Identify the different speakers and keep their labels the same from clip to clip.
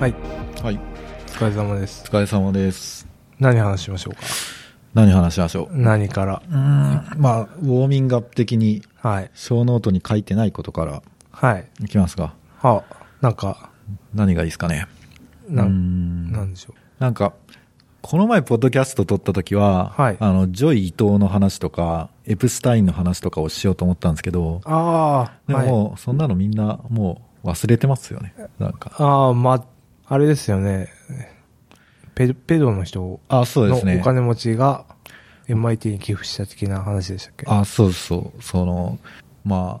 Speaker 1: はい
Speaker 2: はい
Speaker 1: お疲れ様です
Speaker 2: お疲れ様です
Speaker 1: 何話しましょうか
Speaker 2: 何話しましょう
Speaker 1: 何から
Speaker 2: うーんまあウォーミングアップ的に
Speaker 1: はい
Speaker 2: 小ノートに書いてないことから
Speaker 1: はい
Speaker 2: いきますか
Speaker 1: あなんか
Speaker 2: 何がいいですかね
Speaker 1: な
Speaker 2: うー
Speaker 1: ん
Speaker 2: ん
Speaker 1: なんでしょ
Speaker 2: なんかこの前ポッドキャスト撮った時は、
Speaker 1: はい
Speaker 2: あのジョイ伊藤の話とかエプスタインの話とかをしようと思ったんですけど
Speaker 1: うああ
Speaker 2: でも
Speaker 1: はい、
Speaker 2: もうそんなのみんなもう忘れてますよねなんか
Speaker 1: ああまあれですよねペペドの人
Speaker 2: あそう
Speaker 1: の
Speaker 2: で
Speaker 1: お
Speaker 2: すね
Speaker 1: 金持ちが MIT に寄付した的な話でしたっけ
Speaker 2: あ、そうそう。その、まあ、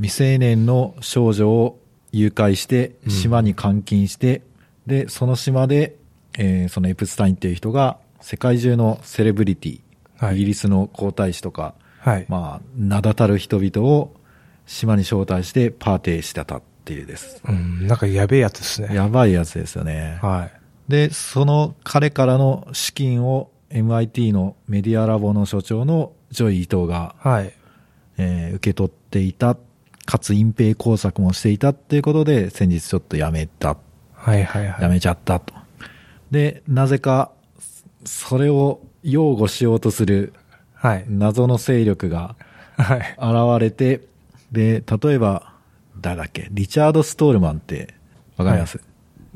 Speaker 2: 未成年の少女を誘拐して、
Speaker 1: うん
Speaker 2: 島に監禁して、で、その島で、えーそのエプスタインっていう人が、世界中のセレブリティ、
Speaker 1: はい
Speaker 2: イギリスの皇太子とか、
Speaker 1: はい、
Speaker 2: まあ、名だたる人々を島に招待してパーティーしてたっていうです。
Speaker 1: うんなんかやべえやつですね
Speaker 2: やばいやつですよね。
Speaker 1: はい
Speaker 2: で、その彼からの資金を MIT のメディアラボの所長のジョイ伊藤が
Speaker 1: はい
Speaker 2: えー受け取っていた、かつ隠蔽工作もしていたっていうことで、先日ちょっとやめた、
Speaker 1: はいはいはい
Speaker 2: やめちゃったと。で、なぜか、それを擁護しようとする
Speaker 1: はい
Speaker 2: 謎の勢力が
Speaker 1: はい
Speaker 2: 現れて、で、例えば、誰だっけ、リチャード・ストールマンって、わかります、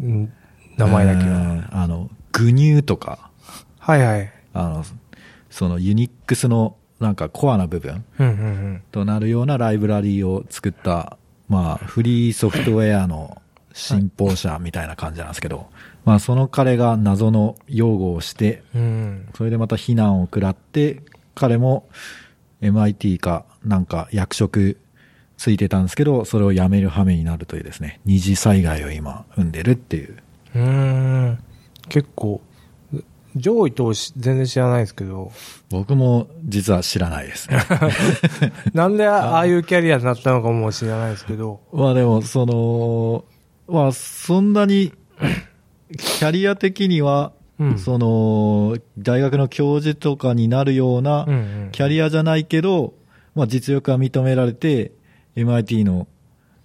Speaker 1: うん名前だけ
Speaker 2: う
Speaker 1: は
Speaker 2: んあの、グニューとか、
Speaker 1: はいはい
Speaker 2: あの、そのユニックスのなんかコアな部分
Speaker 1: うんうんうん
Speaker 2: となるようなライブラリーを作った、まあ、フリーソフトウェアの信奉者みたいな感じなんですけど、まあ、その彼が謎の擁護をして、
Speaker 1: うん
Speaker 2: それでまた非難を食らって、彼も MIT かなんか役職ついてたんですけど、それを辞める羽目になるというですね、二次災害を今生んでるっていう。
Speaker 1: うーん結構、上位投資全然知らないですけど、
Speaker 2: 僕も実は知らないですね。
Speaker 1: なんで あああいうキャリアになったのかも知らないですけど、
Speaker 2: まあでも、その、まあそんなに、キャリア的には、
Speaker 1: うん
Speaker 2: その、大学の教授とかになるような
Speaker 1: うんうん
Speaker 2: キャリアじゃないけど、まあ実力が認められて、MIT の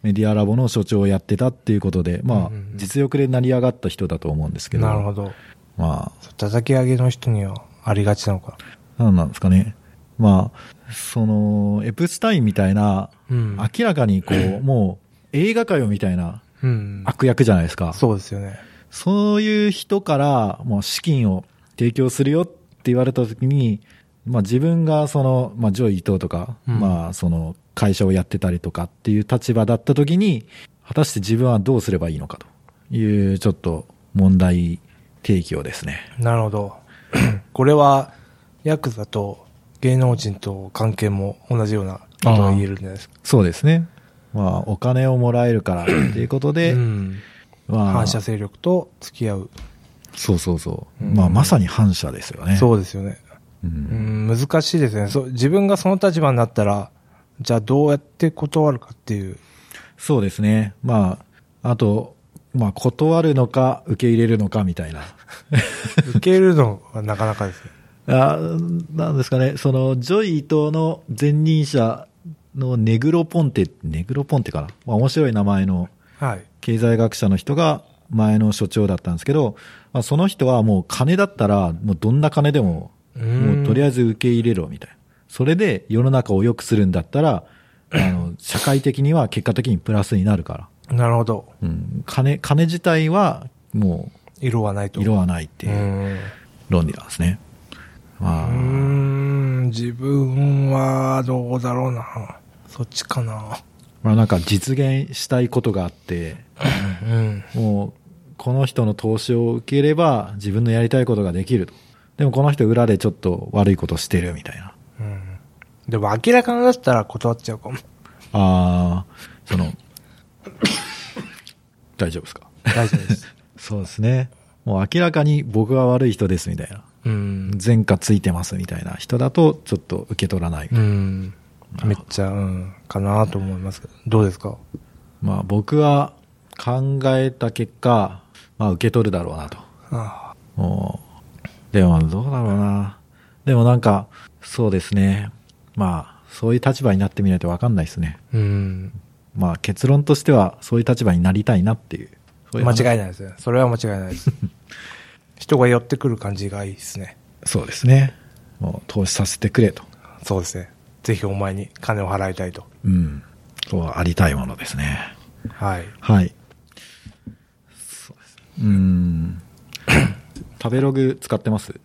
Speaker 2: メディアラボの所長をやってたっていうことで、まあ
Speaker 1: うんうんうん
Speaker 2: 実力で成り上がった人だと思うんですけど、
Speaker 1: なるほど。
Speaker 2: まあ、
Speaker 1: 叩き上げの人にはありがちなのか。
Speaker 2: なんなんですかね。まあ、その、エプスタインみたいな、
Speaker 1: うん。
Speaker 2: 明らかにこう、もう映画界よみたいな
Speaker 1: うん。
Speaker 2: 悪役じゃないですか。
Speaker 1: そうですよね。
Speaker 2: そういう人から、もう資金を提供するよって言われたときに、まあ自分がその、まあジョイ伊藤とか、
Speaker 1: うん
Speaker 2: まあその会社をやってたりとかっていう立場だったときに、果たして自分はどうすればいいのかという、ちょっと問題提起をですね。
Speaker 1: なるほど。 これは、ヤクザと芸能人と関係も同じようなことが言えるんじゃないですか。
Speaker 2: そうですね。まあお金をもらえるからっていうことで、
Speaker 1: うん、
Speaker 2: まあ、
Speaker 1: 反射勢力と付き合う。
Speaker 2: そうそうそう。
Speaker 1: うん
Speaker 2: まあまさに反射ですよね。
Speaker 1: そうですよね。
Speaker 2: うん。
Speaker 1: うん、難しいですねそう。自分がその立場になったら、じゃあどうやって断るかっていう。
Speaker 2: そうですね。まあ、あと、まあ、断るのか、受け入れるのか、みたいな。
Speaker 1: 受け入れるのはなかなかですね。
Speaker 2: あなんですかね、その、ジョイ伊藤の前任者のネグロポンテ、ネグロポンテかな、まあ、面白い名前の
Speaker 1: はい。
Speaker 2: 経済学者の人が前の所長だったんですけど、まあ、その人はもう金だったら、もうどんな金でも、もうとりあ
Speaker 1: え
Speaker 2: えず受け入れろ、みたいな。それで世の中を良くするんだったら、あの、社会的には結果的にプラスになるから。
Speaker 1: ず。なるほど。
Speaker 2: うん、金、金自体はも
Speaker 1: 色はないと。
Speaker 2: う色
Speaker 1: は
Speaker 2: はないっていう論理なんですね。
Speaker 1: う
Speaker 2: まあ、
Speaker 1: ん。自分はどうだろうな。そっちかな。
Speaker 2: まあなんか実現したいことがあって、
Speaker 1: うん。
Speaker 2: もうこの人の投資を受ければ自分のやりたいことができると。でもこの人裏でちょっと悪いことしてるみたいな。
Speaker 1: うん。でも明らかになったら断っちゃうかも。
Speaker 2: ああ、その、 大丈夫ですか
Speaker 1: 大丈夫です。
Speaker 2: そうですね。もう明らかに僕は悪い人ですみたいな。
Speaker 1: うん。
Speaker 2: 前科ついてますみたいな人だとちょっと受け取らない。
Speaker 1: うん。
Speaker 2: な
Speaker 1: めっ
Speaker 2: るほど
Speaker 1: ちゃ、うん。かなと思いますけど。どうですか
Speaker 2: まあ僕は考えた結果、まあ受け取るだろうなと。
Speaker 1: あ
Speaker 2: もうでもどうだろうな。でもなんか、そうですね。まあそういう立場になってみないとわかんないですね。
Speaker 1: あ。うん。
Speaker 2: まあ結論としてはそういう立場になりたいなっていう。そうそういう
Speaker 1: 間
Speaker 2: 話
Speaker 1: 違いないですね。それは間違いない です。人が寄ってくる感じがいいですね。
Speaker 2: そうですね。もう投資させてくれと。
Speaker 1: そうですね。ぜひお前に金を払いたいと。
Speaker 2: うん。そうありたいものですね。
Speaker 1: はい。
Speaker 2: はい。そうで すうん。食べログ使ってます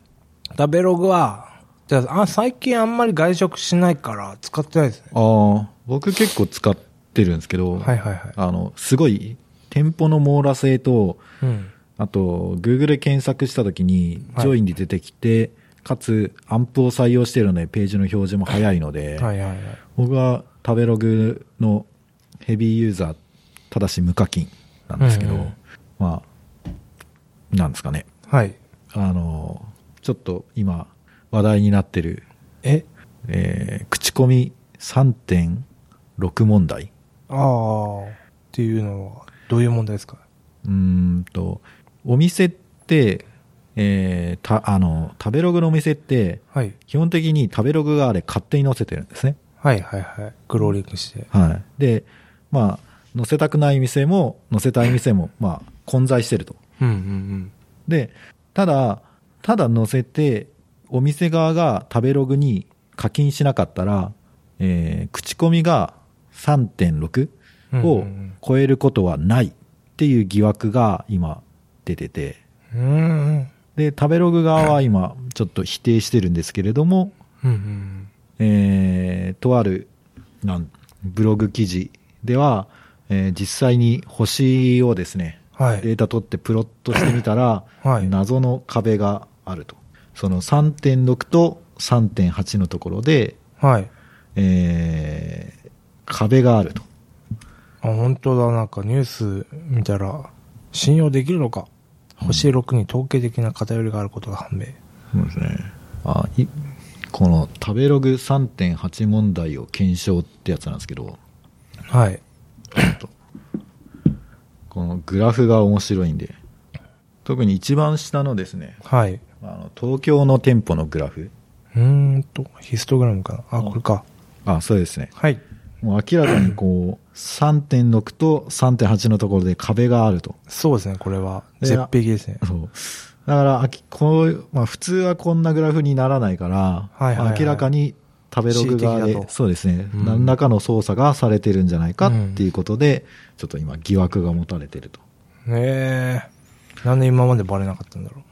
Speaker 1: 食べログは、じゃあ、あ最近あんまり外食しないから使ってないですね。
Speaker 2: ああ、僕結構使ってるんですけど、
Speaker 1: はいはいはい。
Speaker 2: あの、すごい、店舗の網羅性と、
Speaker 1: うん。
Speaker 2: あと、Google で検索したときに
Speaker 1: はい
Speaker 2: 上位に出てきて、かつ、アンプを採用しているので、ページの表示も早いので、
Speaker 1: はいはいはい。
Speaker 2: 僕は食べログのヘビーユーザー、ただし無課金なんですけど、
Speaker 1: うんうん
Speaker 2: まあ、なんですかね。
Speaker 1: はい。
Speaker 2: あの、ちょっと今、話題になってる、
Speaker 1: え
Speaker 2: えー口コミ3.6問題。
Speaker 1: ああ、っていうのは、どういう問題ですか
Speaker 2: うーんと、お店って、えーた、あの、食べログのお店って、
Speaker 1: はい。
Speaker 2: 基本的に食べログがあれ勝手に載せてるんですね。
Speaker 1: はいはいはい。クローリングして。
Speaker 2: はい。で、まあ、載せたくない店も、載せたい店も、まあ、混在してると。
Speaker 1: うんうん
Speaker 2: で、ただ、ただ載せて、お店側が食べログに課金しなかったら、えー口コミが3.6
Speaker 1: うん。
Speaker 2: を超えることはないっていう疑惑が今出てて、
Speaker 1: うんうん。
Speaker 2: で、食べログ側は今、ちょっと否定してるんですけれども、
Speaker 1: うんうん。
Speaker 2: えーとあるなんブログ記事では、えー実際に星をですね、
Speaker 1: はい。
Speaker 2: データ取ってプロットしてみたら、
Speaker 1: はい
Speaker 2: 謎の壁があると。その3.6と3.8のところで、
Speaker 1: はい。
Speaker 2: えー壁があると。
Speaker 1: あ、本当だ。なんかニュース見たら、信用できるのか。星6に統計的な偏りがあることが判明。
Speaker 2: そうですね。あいこの食べログ3.8問題を検証ってやつなんですけど、
Speaker 1: はい。
Speaker 2: このグラフが面白いんで、特に一番下のですね、
Speaker 1: はい。
Speaker 2: あの東京の店舗のグラフ。
Speaker 1: うーんと、ヒストグラムかな。あ、これか。
Speaker 2: あ、そうですね。
Speaker 1: はい。
Speaker 2: もう明らかにこう、3.6と3.8のところで壁があると。
Speaker 1: そうですね、これは。
Speaker 2: で
Speaker 1: 絶壁ですね。
Speaker 2: そう。だから、あきこう、まあ普通はこんなグラフにならないから、
Speaker 1: はいはいはい
Speaker 2: 明らかに食べログ側
Speaker 1: 恣意的だ
Speaker 2: で、
Speaker 1: と
Speaker 2: そうですね、
Speaker 1: うん
Speaker 2: 何らかの操作がされてるんじゃないかっていうことで、ちょっと今疑惑が持たれてると。
Speaker 1: ねえ。なんで今までバレなかったんだろ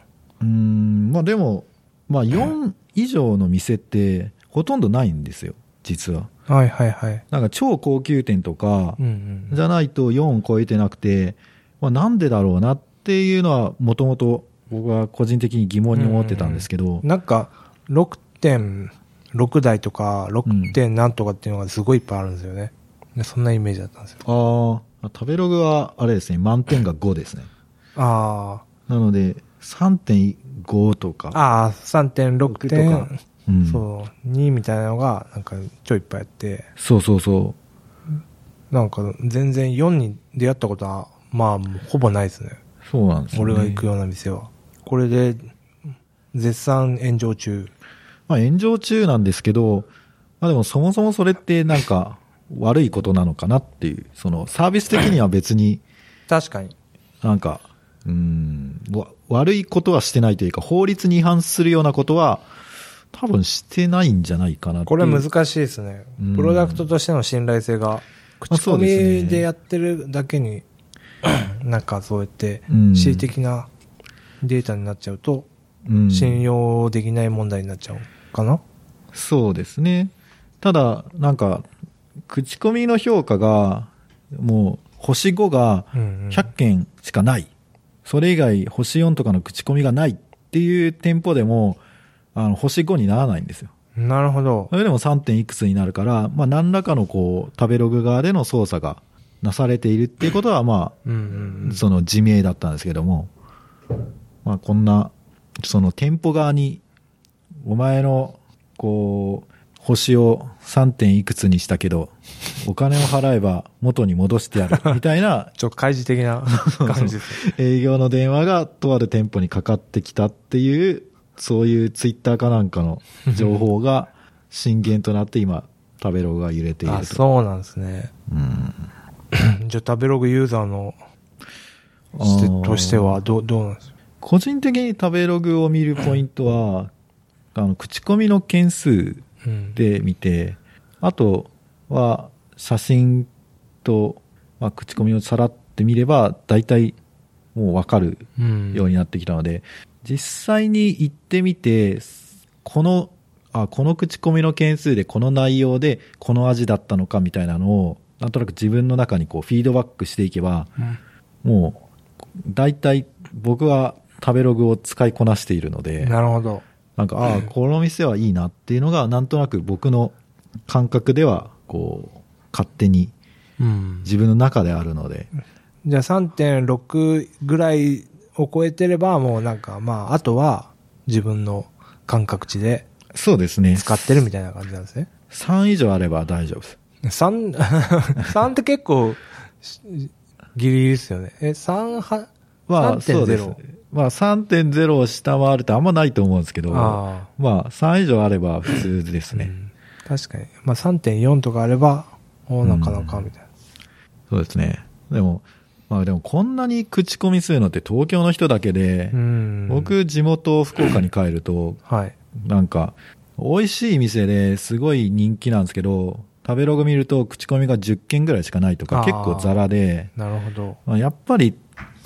Speaker 2: うーん、まあでも、まあ4以上の店ってほとんどないんですよ、実は。
Speaker 1: う。はいはいはい。
Speaker 2: なんか超高級店とか
Speaker 1: うん、うん。
Speaker 2: じゃないと4超えてなくて、まあなんでだろうなっていうのはもともと僕は個人的に疑問に思ってたんですけど、
Speaker 1: なんか、6.6台とか、6. 点何とかっていうのがすごいいっぱいあるんですよね。でそんなイメージだったんですよ。
Speaker 2: ああ、食べログはあれですね、満点が5ですね。
Speaker 1: あ
Speaker 2: なので3.5と
Speaker 1: あ。
Speaker 2: か、
Speaker 1: ああ、3.6
Speaker 2: と
Speaker 1: 点
Speaker 2: か。うん
Speaker 1: そう、2みたいなのが、なんかちょいいっぱいあって、
Speaker 2: そうそうそう。
Speaker 1: なんか全然4に出会ったことは、まあ、ほぼないですね。
Speaker 2: そうなんですよね。
Speaker 1: 俺が行くような店は。これで、絶賛炎上中。
Speaker 2: まあ、炎上中なんですけど、まあでもそもそもそれってなんか悪いことなのかなっていう、そのサービス的には別に
Speaker 1: 確かに。
Speaker 2: なんか、うーん、わ悪いことはしてないというか、法律に違反するようなことは多分してないんじゃないかなってい
Speaker 1: こ
Speaker 2: う。
Speaker 1: れは難しいですね
Speaker 2: うん。
Speaker 1: プロダクトとしての信頼性が、口コ
Speaker 2: そうです
Speaker 1: ミ
Speaker 2: ね
Speaker 1: でやってるだけに、なんかそうやって、
Speaker 2: うん
Speaker 1: 恣意的なデータになっちゃうと、
Speaker 2: うん
Speaker 1: 信用できない問題になっちゃうかな、
Speaker 2: そうですね。ただ、なんか、口コミの評価が、もう、星5が
Speaker 1: うんうん
Speaker 2: 100件しかない。それ以外、星4とかの口コミがないっていう店舗でも、あの、星5にならないんですよ。
Speaker 1: なるほど
Speaker 2: そ。れでも 3. 点いくつになるから、まあ、何らかのこう、食べログ側での操作がなされているっていうことは、ま
Speaker 1: うんうんう
Speaker 2: あ、
Speaker 1: ん
Speaker 2: その自明だったんですけども、まあ、こんな、その店舗側に、お前の、こう、星を 3. 点いくつにしたけど、お金を払えば元に戻してやる、みたいな
Speaker 1: ちょっと開示的な感じですね。
Speaker 2: 営業の電話がとある店舗にかかってきたっていう、そういうツイッターかなんかの情報が震源となって今、食べログが揺れている
Speaker 1: あ、
Speaker 2: と。
Speaker 1: そうなんですね。
Speaker 2: うん
Speaker 1: じゃあ食べログユーザーのしてとしてはどうどうなんですか
Speaker 2: 個人的に食べログを見るポイントは、あの、口コミの件数
Speaker 1: うん
Speaker 2: で見て、あとは写真と、まあ、口コミをさらって見れば、大体もうわかる
Speaker 1: うん
Speaker 2: ようになってきたので、実際に行ってみて、この、あ、この口コミの件数でこの内容でこの味だったのかみたいなのを、なんとなく自分の中にこうフィードバックしていけば、
Speaker 1: うん
Speaker 2: もう、大体僕は食べログを使いこなしているので、
Speaker 1: なるほど。
Speaker 2: なんか、ああ、この店はいいなっていうのが、なんとなく僕の感覚では、こう、勝手に
Speaker 1: うん
Speaker 2: 自分の中であるので、
Speaker 1: じゃあ3.6ぐらいを超えてれば、もうなんか、まあ、あとは自分の感覚値で
Speaker 2: そうですね。
Speaker 1: 使ってるみたいな感じなんですね。
Speaker 2: 3以上あれば大丈夫です。
Speaker 1: 3、3って結構しギリギリですよね。え、3は、
Speaker 2: まあ、そうです
Speaker 1: 3.0。
Speaker 2: まあ、3.0を下回るってあんまないと思うんですけど、
Speaker 1: あ
Speaker 2: まあ、3以上あれば普通です
Speaker 1: あ、う
Speaker 2: ね。
Speaker 1: ん確かに。まあ3.4とかあれば、おーなかなか、みたいな。
Speaker 2: そうですね。でも、まあでもこんなに口コミするのって東京の人だけで、
Speaker 1: うん、、
Speaker 2: 僕、地元福岡に帰ると、
Speaker 1: はい。
Speaker 2: なんか、美味しい店ですごい人気なんですけど、食べログ見ると口コミが10件ぐらいしかないとか
Speaker 1: あー
Speaker 2: 結構ザラで、
Speaker 1: なるほど。
Speaker 2: まあやっぱり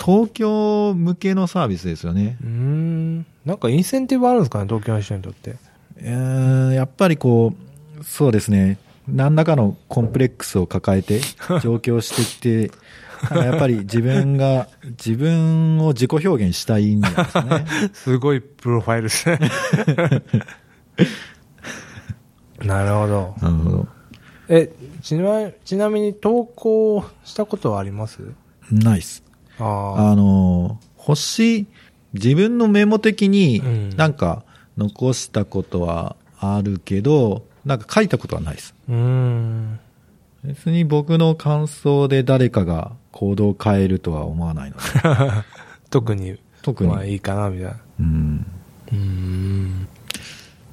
Speaker 2: 東京向けのサービスですよね。
Speaker 1: うーん。なんかインセンティブあるんですかね、東京の人にとって。
Speaker 2: うーんやっぱりこう、そうですね。何らかのコンプレックスを抱 えて上京してきて、やっぱり自分が、自分を自己表現したいんですね。
Speaker 1: すごいプロファイルですね。 なるほど。
Speaker 2: なるほど。
Speaker 1: え、ちなちなみに投稿したことはあります
Speaker 2: ナイス。
Speaker 1: ああ。
Speaker 2: あの、星、自分のメモ的
Speaker 1: うん
Speaker 2: になんか残したことはあるけど、なんか書いたことはないです。
Speaker 1: うー ん。
Speaker 2: 別に僕の感想で誰かが行動を変えるとは思わないので、
Speaker 1: 特に、
Speaker 2: 特に。
Speaker 1: まあいいかな、みたいな。
Speaker 2: うん。
Speaker 1: うーん。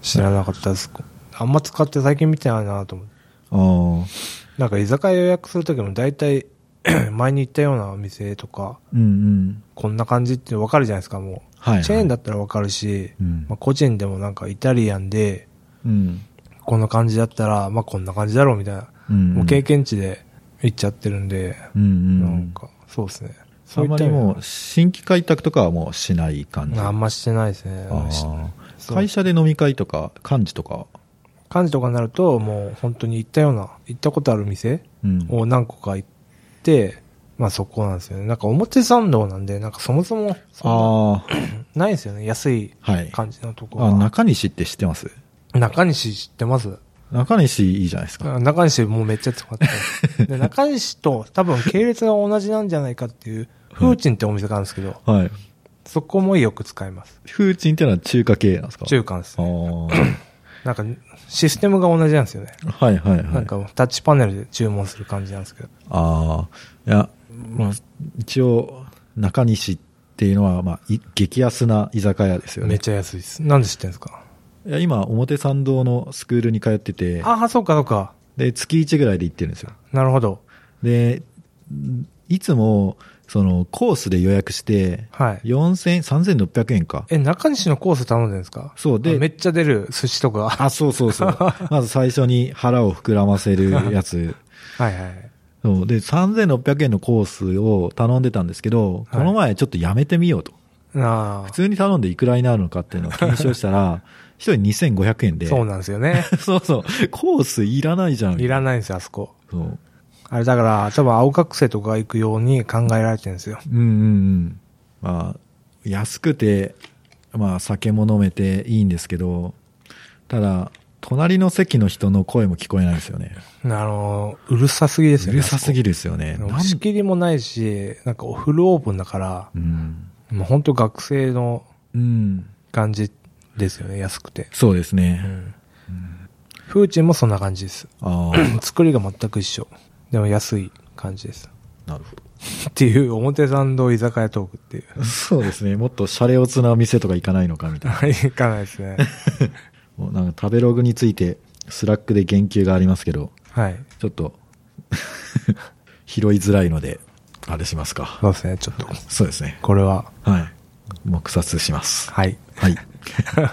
Speaker 1: 知らなかったです。あんま使って最近見てないなと思って。
Speaker 2: あー
Speaker 1: なんか居酒屋予約するときも大体 前に行ったようなお店とか、
Speaker 2: うんうん。
Speaker 1: こんな感じってわかるじゃないですか、も
Speaker 2: はい、は
Speaker 1: う。
Speaker 2: い。
Speaker 1: チェーンだ
Speaker 2: っ
Speaker 1: ったらわかるし、
Speaker 2: うん
Speaker 1: まあ、個人でもなんかイタリアンで、
Speaker 2: うん。
Speaker 1: こんな感じだったら、まあこんな感じだろうみたいな。
Speaker 2: うん。
Speaker 1: もう経験値で行っちゃってるんで、
Speaker 2: うんうん。
Speaker 1: なんか、そうですね。
Speaker 2: あ
Speaker 1: そうんいっ
Speaker 2: ま
Speaker 1: た
Speaker 2: り
Speaker 1: 意味では
Speaker 2: もう新規開拓とかはもうしない感じ。
Speaker 1: あんましてないですね。
Speaker 2: あー
Speaker 1: しそう
Speaker 2: 会社で飲み会とか、幹事とか。
Speaker 1: 感じとかになると、もう本当に行ったような、行ったことある店
Speaker 2: うん。
Speaker 1: を何個か行って、まあそこなんですよね。なんか表参道なんで、なんかそもそも、そ
Speaker 2: ああ、
Speaker 1: んなないですよね。安い
Speaker 2: はい。
Speaker 1: 感じのとこ
Speaker 2: あ、
Speaker 1: は。
Speaker 2: 中西って知ってます
Speaker 1: 中西知ってます
Speaker 2: 中西いいじゃないですか。
Speaker 1: 中西もうめっちゃ使って るで中西と多分系列が同じなんじゃないかっていう、フーチンってお店があるんですけど、
Speaker 2: はい。
Speaker 1: そこもよく使います。
Speaker 2: 風鎮ってのは中華系なんですか
Speaker 1: 中間です
Speaker 2: ああ。
Speaker 1: ね。
Speaker 2: は
Speaker 1: なんか、システムが同じなんですよね。
Speaker 2: いはいはい。
Speaker 1: なんか、タッチパネルで注文する感じなんですけど。
Speaker 2: ああ。いや、まあ、一応、中西っていうのは、まあ、い激安な居酒屋ですよ
Speaker 1: めっ
Speaker 2: ね。
Speaker 1: ちゃ安いです。なんで知ってんですか
Speaker 2: いや今、表参道のスクールに通ってて、
Speaker 1: ああ、そうかそうか。
Speaker 2: で、月1ぐらいで行ってるんですよ。
Speaker 1: なるほど。
Speaker 2: で、んいつも、その、コースで予約して、
Speaker 1: はい。
Speaker 2: 4000、3600円か。
Speaker 1: え、中西のコース頼んでるんですか
Speaker 2: そうで
Speaker 1: あめっちゃ出る寿司とか。
Speaker 2: あ、そうそ うそう。まず最初に腹を膨らませるやつ。
Speaker 1: はいはい。
Speaker 2: そうで、3600円のコースを頼んでたんですけど、
Speaker 1: はい
Speaker 2: この前ちょっとやめてみようと。
Speaker 1: あ
Speaker 2: 普通に頼んでいくらになるのかっていうのを検証し たら、一人2500円
Speaker 1: あ、
Speaker 2: で。
Speaker 1: そうなんですよね。
Speaker 2: そうそうコースいらないじゃん。
Speaker 1: いらないんですよ、あそこ。
Speaker 2: そう。
Speaker 1: あれだから、多分青学生とかが行くように考えられてるんですよ。
Speaker 2: うんうんうん。まあ、安くて、まあ酒も飲めていいんですけど、ただ、隣の席の人の声も聞こえないですよね。
Speaker 1: あの、うるさすぎです
Speaker 2: う
Speaker 1: よね。
Speaker 2: るさすぎるですよ
Speaker 1: あ
Speaker 2: ね。
Speaker 1: そこ。
Speaker 2: なん
Speaker 1: 押し切りもないし、なんかフルオープンだから、
Speaker 2: うん。
Speaker 1: もう本当学生の
Speaker 2: うん。
Speaker 1: 感じですよね、安くて。
Speaker 2: そうですね。
Speaker 1: うん。風鎮もそんな感じです。
Speaker 2: ああ、
Speaker 1: 作りが全く一緒。でも安い感じです。
Speaker 2: なるほ
Speaker 1: っていう、表参道居酒屋トークっていう。
Speaker 2: ど。そうですね。もっとシャレオツな店とか行かないのかみたいな。
Speaker 1: 行かないです ね。
Speaker 2: もうなんか食べログについて、スラックで言及がありますけど、
Speaker 1: はい。
Speaker 2: ちょっと、拾いづらいので、あれしますか。
Speaker 1: そうですね、ちょっと。
Speaker 2: そうですね。
Speaker 1: これは、
Speaker 2: はい。黙殺します。
Speaker 1: はい。
Speaker 2: はい。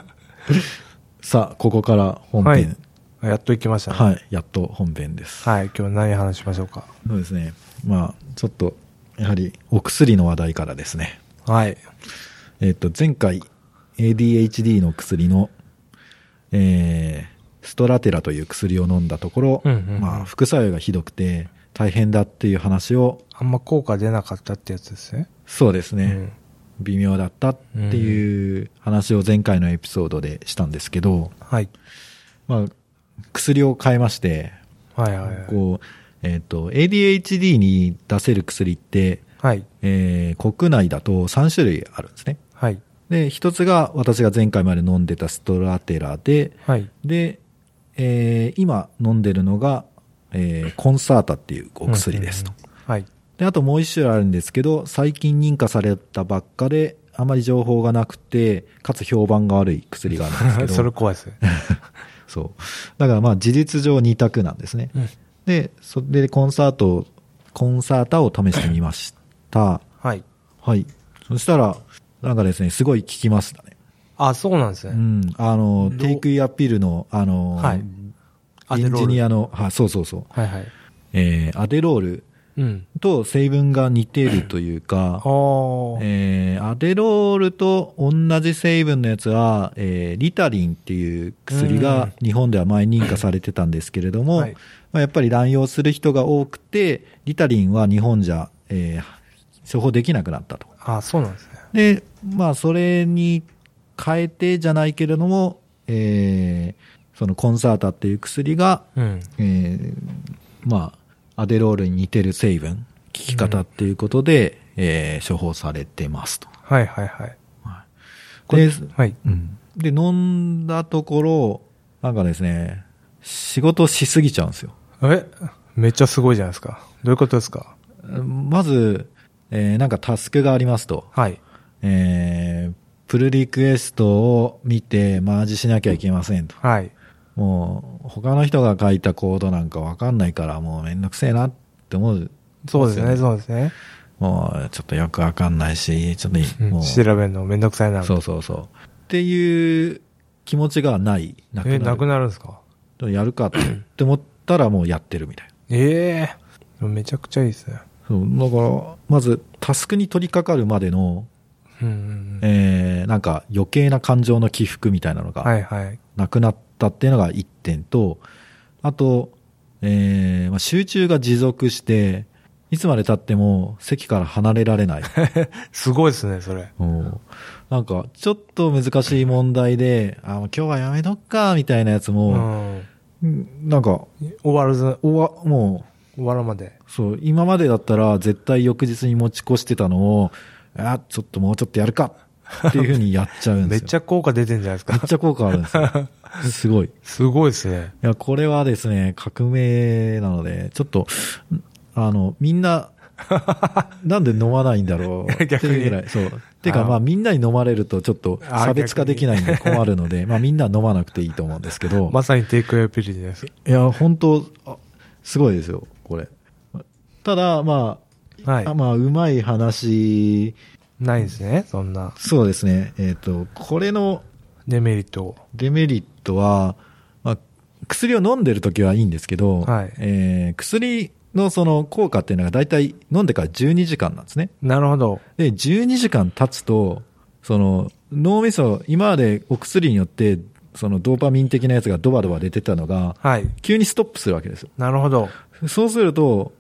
Speaker 2: さあ、ここから本
Speaker 1: はい
Speaker 2: 編。。
Speaker 1: やっと行きましたね。
Speaker 2: はい。やっと本編です。
Speaker 1: はい。今日何話しましょうか。
Speaker 2: そうですね。まあ、ちょっと、やはり、お薬の話題からですね。
Speaker 1: はい。
Speaker 2: えっ、と、前回、ADHD の薬の、えー、ストラテラという薬を飲んだところ、
Speaker 1: うんうんうん
Speaker 2: まあ、副作用がひどくて、大変だっていう話を、
Speaker 1: あんま効果出なかったってやつですね。
Speaker 2: そうですね、微妙だったっていう話を前回のエピソードでしたんですけど、
Speaker 1: はい。
Speaker 2: まあ、薬を変えまして、
Speaker 1: はいはいはい。
Speaker 2: こう、えっ、と、ADHD に出せる薬って、
Speaker 1: はい。
Speaker 2: えー国内だと3種類あるんですね。
Speaker 1: はい。
Speaker 2: で、一つが私が前回まで飲んでたストラテラで、
Speaker 1: はい。
Speaker 2: で、えー今飲んでるのが、えーコンサータっていうお薬ですと。
Speaker 1: うんうんうん。はい。
Speaker 2: で、あともう一種類あるんですけど、最近認可されたばっかで、あまり情報がなくて、かつ評判が悪い薬があるんですけど、
Speaker 1: それ怖いですね。
Speaker 2: そう。だからまあ事実上2択なんですね。
Speaker 1: うん
Speaker 2: で、それでコンサートを、コンサータを試してみま した。
Speaker 1: はい。
Speaker 2: はい。そしたら、なんかですね、すごい効きましたね。
Speaker 1: あ、そうなんです
Speaker 2: う
Speaker 1: ね。
Speaker 2: ん。あの
Speaker 1: ど、う
Speaker 2: テイクイアピールの、あの、
Speaker 1: はいア
Speaker 2: エ
Speaker 1: デロー
Speaker 2: ン
Speaker 1: ル
Speaker 2: ジニアの、はそうそうそう。
Speaker 1: はいはい。
Speaker 2: えー、アデロール
Speaker 1: うん。
Speaker 2: と成分が似ているというか
Speaker 1: あ、ー
Speaker 2: えーアデロールと同じ成分のやつは、えーリタリンっていう薬が日本では前認可されてたんですけれども、
Speaker 1: はい
Speaker 2: まあ、やっぱり乱用する人が多くて、リタリンは日本じゃ、えー処方できなくなったと。
Speaker 1: あ、そうなんですね。
Speaker 2: で、まあ、それに変えてじゃないけれども、えーそのコンサータっていう薬が、
Speaker 1: うん。
Speaker 2: えーまあ、アデロールに似てる成分、効き方っていうことで、えー処方されてますと。
Speaker 1: はいはいはい。
Speaker 2: で、
Speaker 1: はい。
Speaker 2: うんで、飲んだところ、なんかですね、仕事しすぎちゃうんですよ。
Speaker 1: えめっちゃすごいじゃないですか。どういうことですか
Speaker 2: まず、えーなんかタスクがありますと。
Speaker 1: はい。
Speaker 2: えープルリクエストを見てマージしなきゃいけませんと。
Speaker 1: はい。
Speaker 2: もう、他の人が書いたコードなんかわかんないから、もうめんどくせえなって思う。
Speaker 1: そうですね、そうですね。
Speaker 2: もう、ちょっとよくわかんないし、ちょっと、
Speaker 1: うん
Speaker 2: もう、
Speaker 1: 調べるのめんどくさいな。
Speaker 2: そうそうそう。っていう気持ちがない。な
Speaker 1: え、なく
Speaker 2: な
Speaker 1: なるんですか
Speaker 2: る。やるかって思ったらもうやってるみたいな。
Speaker 1: ええめちゃくちゃいいですね。
Speaker 2: そうだから、まず、タスクに取り掛かるまでの、
Speaker 1: うんうんうん。
Speaker 2: えー、なんか余計な感情の起伏みたいなのが
Speaker 1: はいはい。
Speaker 2: なくなったっていうのが一点と、あと、えーまあ、集中が持続して、いつまで経っても席から離れられない。
Speaker 1: すごいですね、それ。
Speaker 2: うんなんか、ちょっと難しい問題で、あ、もう今日はやめとっか、みたいなやつ
Speaker 1: う
Speaker 2: も、
Speaker 1: ん。
Speaker 2: なんか、
Speaker 1: 終わるず、
Speaker 2: おわ、も
Speaker 1: 終わるまで。
Speaker 2: う、そう、今までだったら絶対翌日に持ち越してたのを、あ、ちょっともうちょっとやるか、っていうふうにやっちゃうん
Speaker 1: め
Speaker 2: で
Speaker 1: っ
Speaker 2: す よ。
Speaker 1: ちゃ効果出てんじゃないです
Speaker 2: めっ
Speaker 1: か。
Speaker 2: ちゃ効果あるんです よ。すごい。
Speaker 1: すごいですね。
Speaker 2: いや、これはですね、革命なので、ちょっと、んあの、みん な、なんで飲まないんだろう。
Speaker 1: 逆に
Speaker 2: っていうぐらい。そう。てか、
Speaker 1: あー
Speaker 2: まあ、みんなに飲まれると、ちょっと
Speaker 1: あー
Speaker 2: 差別化できないんで困るので、まあ、みんな飲まなくていいと思うんですけど、
Speaker 1: まさにテイクアウェイピリティです。
Speaker 2: いや、本当あすごいですよ、これ。ただ、まあ、
Speaker 1: はい
Speaker 2: あまあ、うまい話、
Speaker 1: ないんですね、そんな。
Speaker 2: そうですね、えっ、と、これの
Speaker 1: デメリットを。
Speaker 2: デメリットは、まあ、薬を飲んでる時はいいんですけど、
Speaker 1: はい
Speaker 2: えー薬のその効果っていうのが大体飲んでから12時間なんですね。
Speaker 1: なるほど。
Speaker 2: で、12時間経つと、その脳みそ、今までお薬によって、そのドーパミン的なやつがドバドバ出てたのが、
Speaker 1: はい。
Speaker 2: 急にストップするわけですよ。
Speaker 1: なるほど。
Speaker 2: そうすると、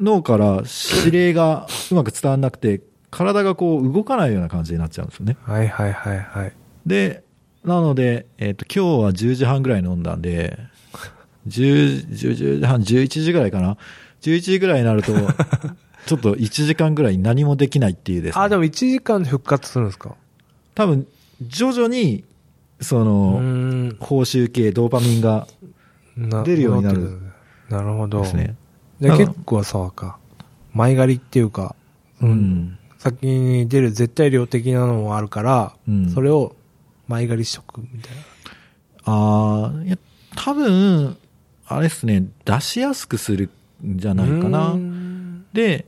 Speaker 2: 脳から指令がうまく伝わんなくて、体がこう動かないような感じになっちゃうんですよね。
Speaker 1: はいはいはいはい。
Speaker 2: で、なので、えっ、と、今日は10時半ぐらい飲んだんで、10、10時半、11時ぐらいかな。11時ぐらいになると、ちょっと1時間ぐらい何もできないっていうです、ね。
Speaker 1: あ、でも1時間で復活するんですか
Speaker 2: 多分、徐々に、そうの、
Speaker 1: ーん。
Speaker 2: 報酬系、ドーパミンが
Speaker 1: な
Speaker 2: 出るようになる
Speaker 1: 戻ってくなるほど。
Speaker 2: ですね。
Speaker 1: じゃあ
Speaker 2: だから
Speaker 1: 結構そうか。前借りっていうか、
Speaker 2: う
Speaker 1: うん
Speaker 2: ん。
Speaker 1: 先に出る絶対量的なのもあるから、
Speaker 2: うん
Speaker 1: それを前借りしとくみたいな。
Speaker 2: ああ、いや、多分、あれですね、出しやすくするんじゃないか
Speaker 1: う
Speaker 2: な
Speaker 1: ー。ん
Speaker 2: で、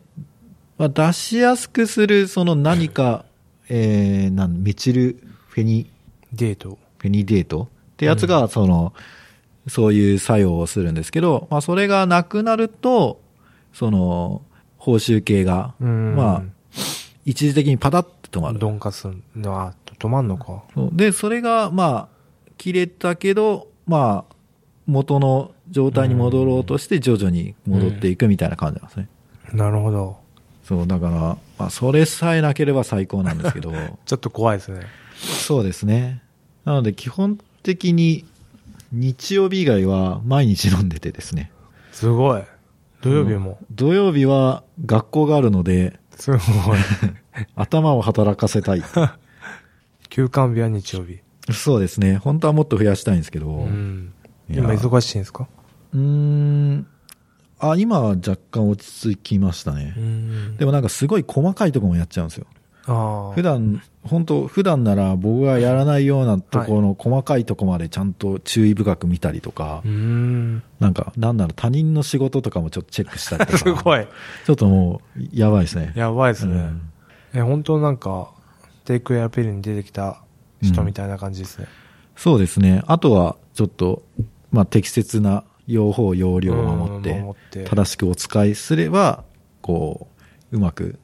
Speaker 2: まあ、出しやすくする、その何か、 えー、なん、メチルフェニ、
Speaker 1: デート。
Speaker 2: フェニデートってやつが、その、そういう作用をするんですけど、まあ、それがなくなると、その、報酬系が、
Speaker 1: うん
Speaker 2: まあ、一時的にパタッと止まる。
Speaker 1: ドンカスの、あ、止まんのか。
Speaker 2: そうで、それが、まあ、切れたけど、まあ、元の状態に戻ろうとして、徐々に戻っていくみたいな感じなんですね。
Speaker 1: なるほど。
Speaker 2: そう、だから、まあ、それさえなければ最高なんですけど、
Speaker 1: ちょっと怖いですね。
Speaker 2: そうですね。なので、基本的に、日曜日以外は毎日飲んでてですね。
Speaker 1: すごい。土曜日も。
Speaker 2: 土曜日は学校があるので、
Speaker 1: すごい。
Speaker 2: 頭を働かせ たい。
Speaker 1: 休館日は日曜日。
Speaker 2: そうですね。本当はもっと増やしたいんですけど、
Speaker 1: うん。
Speaker 2: いや
Speaker 1: 今忙しいんですか
Speaker 2: うーん。あ、今は若干落ち着きましたね。
Speaker 1: ん
Speaker 2: でもなんかすごい細かいところもやっちゃうんですよ。
Speaker 1: ああ。
Speaker 2: 普段、本当普段なら僕がやらないようなところの細かいところまでちゃんと注意深く見たりとか
Speaker 1: う、ん。
Speaker 2: なんか、なんなら他人の仕事とかもちょっとチェックしたりと か。
Speaker 1: すごい。
Speaker 2: ちょっともう、やばいですね。
Speaker 1: やばいですね。
Speaker 2: うん
Speaker 1: え、本当なんか、テイクエアペリに出てきた人みたいな感じですね。
Speaker 2: そうですね。あとは、ちょっと、まあ、適切な用法、用量を守っ
Speaker 1: うん
Speaker 2: て
Speaker 1: 守って、
Speaker 2: 正しくお使いすれば、こう、うまく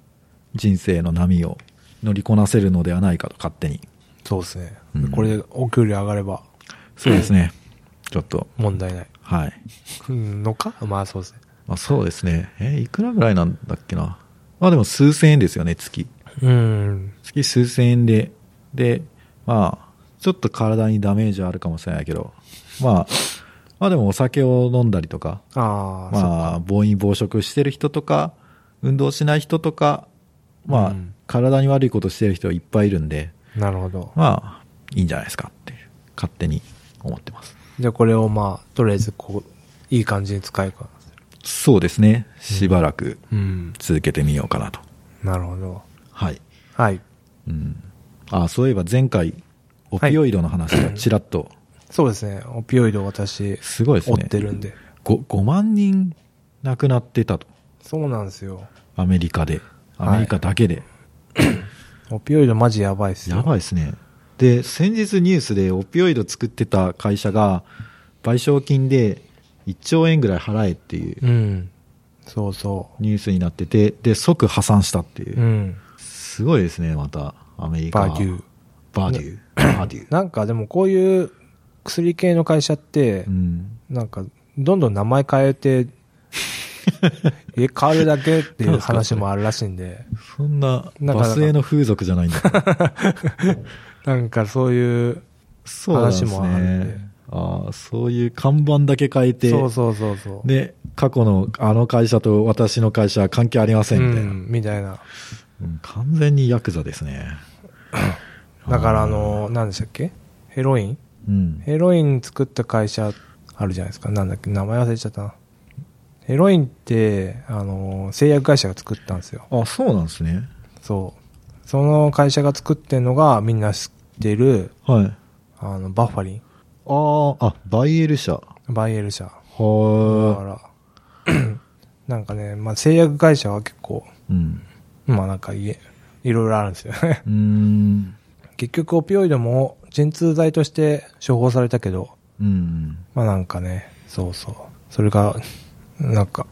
Speaker 2: 人生の波を乗りこなせるのではないかと、勝手に。
Speaker 1: そうですね。
Speaker 2: うん
Speaker 1: これでお給料上がれば
Speaker 2: そうですね。ちょっと、
Speaker 1: 問題ない。
Speaker 2: はい。
Speaker 1: うんのかまあそうですね。
Speaker 2: まあ、そうですね。えーいくらぐらいなんだっけな。まあでも数千円ですよね、月。
Speaker 1: うん。
Speaker 2: 月数千円で。で、まあ、ちょっと体にダメージはあるかもしれないけど、まあ、まあでもお酒を飲んだりとか、
Speaker 1: ああ、
Speaker 2: まあ、暴飲暴食してる人とか、運動しない人とか、まあ、
Speaker 1: うん
Speaker 2: 体に悪いことしてる人はいっぱいいるんで、
Speaker 1: そうなるほど。
Speaker 2: まあ、いいんじゃないですかっていう、勝手に思ってます。
Speaker 1: じゃあこれをまあ、とりあえずこう、いい感じに使いこなせる。
Speaker 2: そうですね。しばらく
Speaker 1: うん。
Speaker 2: 続けてみようかなと。
Speaker 1: なるほど。
Speaker 2: はい。
Speaker 1: はい。
Speaker 2: うん。あ、そういえば前回、オピオイドの話がちらっと、
Speaker 1: そうですね。オピオイド私、
Speaker 2: すごいです
Speaker 1: 追
Speaker 2: ね。
Speaker 1: ってるんで。
Speaker 2: 5。5万人亡くなってたと。
Speaker 1: そうなんですよ。
Speaker 2: アメリカで。アメリカだけで。
Speaker 1: オピオイドマジやばいっすよ。
Speaker 2: やばいですね。で、先日ニュースでオピオイド作ってた会社が、賠償金で1兆円ぐらい払えっていう
Speaker 1: うん。そうそ。
Speaker 2: ニュースになってて、で、即破産したっていう
Speaker 1: う
Speaker 2: う。
Speaker 1: ん。
Speaker 2: すごいですね、また、アメリカ。
Speaker 1: バーデュー。
Speaker 2: バーデュー。バーデュー。
Speaker 1: なんかでもこういう薬系の会社って
Speaker 2: う、ん。
Speaker 1: なんか、どんどん名前変えて、 え、変わるだけっていう話もあるらしいん で、
Speaker 2: そんな、
Speaker 1: なか
Speaker 2: バスへの風俗じ ゃないんだから
Speaker 1: なんかそういう、
Speaker 2: そうなんです
Speaker 1: 話もあるんで
Speaker 2: ね。ああ、そういう看板だけ変えて、
Speaker 1: そうそうそうそう。
Speaker 2: で、過去のあの会社と私の会社は関係ありません、みたいな。
Speaker 1: うん、みたいな。
Speaker 2: うん完全にヤクザですね。
Speaker 1: だからあの、何でしたっけヘロイン
Speaker 2: うん。
Speaker 1: ヘロイン作った会社あるじゃないですか。なんだっけ名前忘れちゃったな。ヘロインって、あの、製薬会社が作ったんですよ。
Speaker 2: あ、そうなんですね。
Speaker 1: そう。その会社が作ってるのがみんな知ってる、
Speaker 2: はい。
Speaker 1: あの、バッファリン。
Speaker 2: あーあ、バイエル社。は
Speaker 1: バイエル社。だか
Speaker 2: ー
Speaker 1: ら、 なんかね、まあ製薬会社は結構、
Speaker 2: うん。
Speaker 1: まあなんかいえ、いろいろあるんですよ ね。
Speaker 2: うーん。
Speaker 1: 結局オピオイドも鎮痛剤として処方されたけど、
Speaker 2: うん。
Speaker 1: まあなんかね、そうそう。それが、なんか、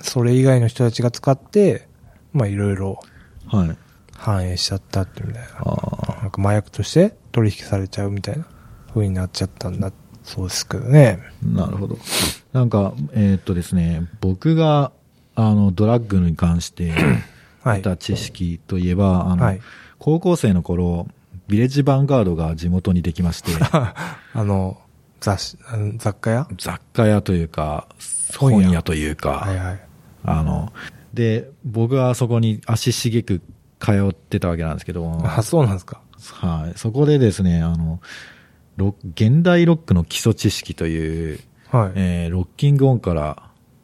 Speaker 1: それ以外の人たちが使って、まあいろいろ
Speaker 2: はい。
Speaker 1: 反映しちゃったってみたい
Speaker 2: ああ
Speaker 1: な。。なんか麻薬として取引されちゃうみたいな風になっちゃったんだ、そうですけどね。
Speaker 2: なるほど。なんか、えーっとですね、僕が、あの、ドラッグに関して、
Speaker 1: はい。
Speaker 2: 得た知識といえば、あの、
Speaker 1: はい
Speaker 2: 高校生の頃、ビレッジヴァンガードが地元にできま して、
Speaker 1: あの、雑誌、あの雑貨屋
Speaker 2: 雑貨屋というか、
Speaker 1: 本屋
Speaker 2: 本屋というか、
Speaker 1: はいはい。
Speaker 2: あの、で、僕はそこに足しげく通ってたわけなんですけども、
Speaker 1: あ、そうなんですか。
Speaker 2: はい、そこでですね、あの、ロ現代ロックの基礎知識という、
Speaker 1: はい。
Speaker 2: えーロッキングオンから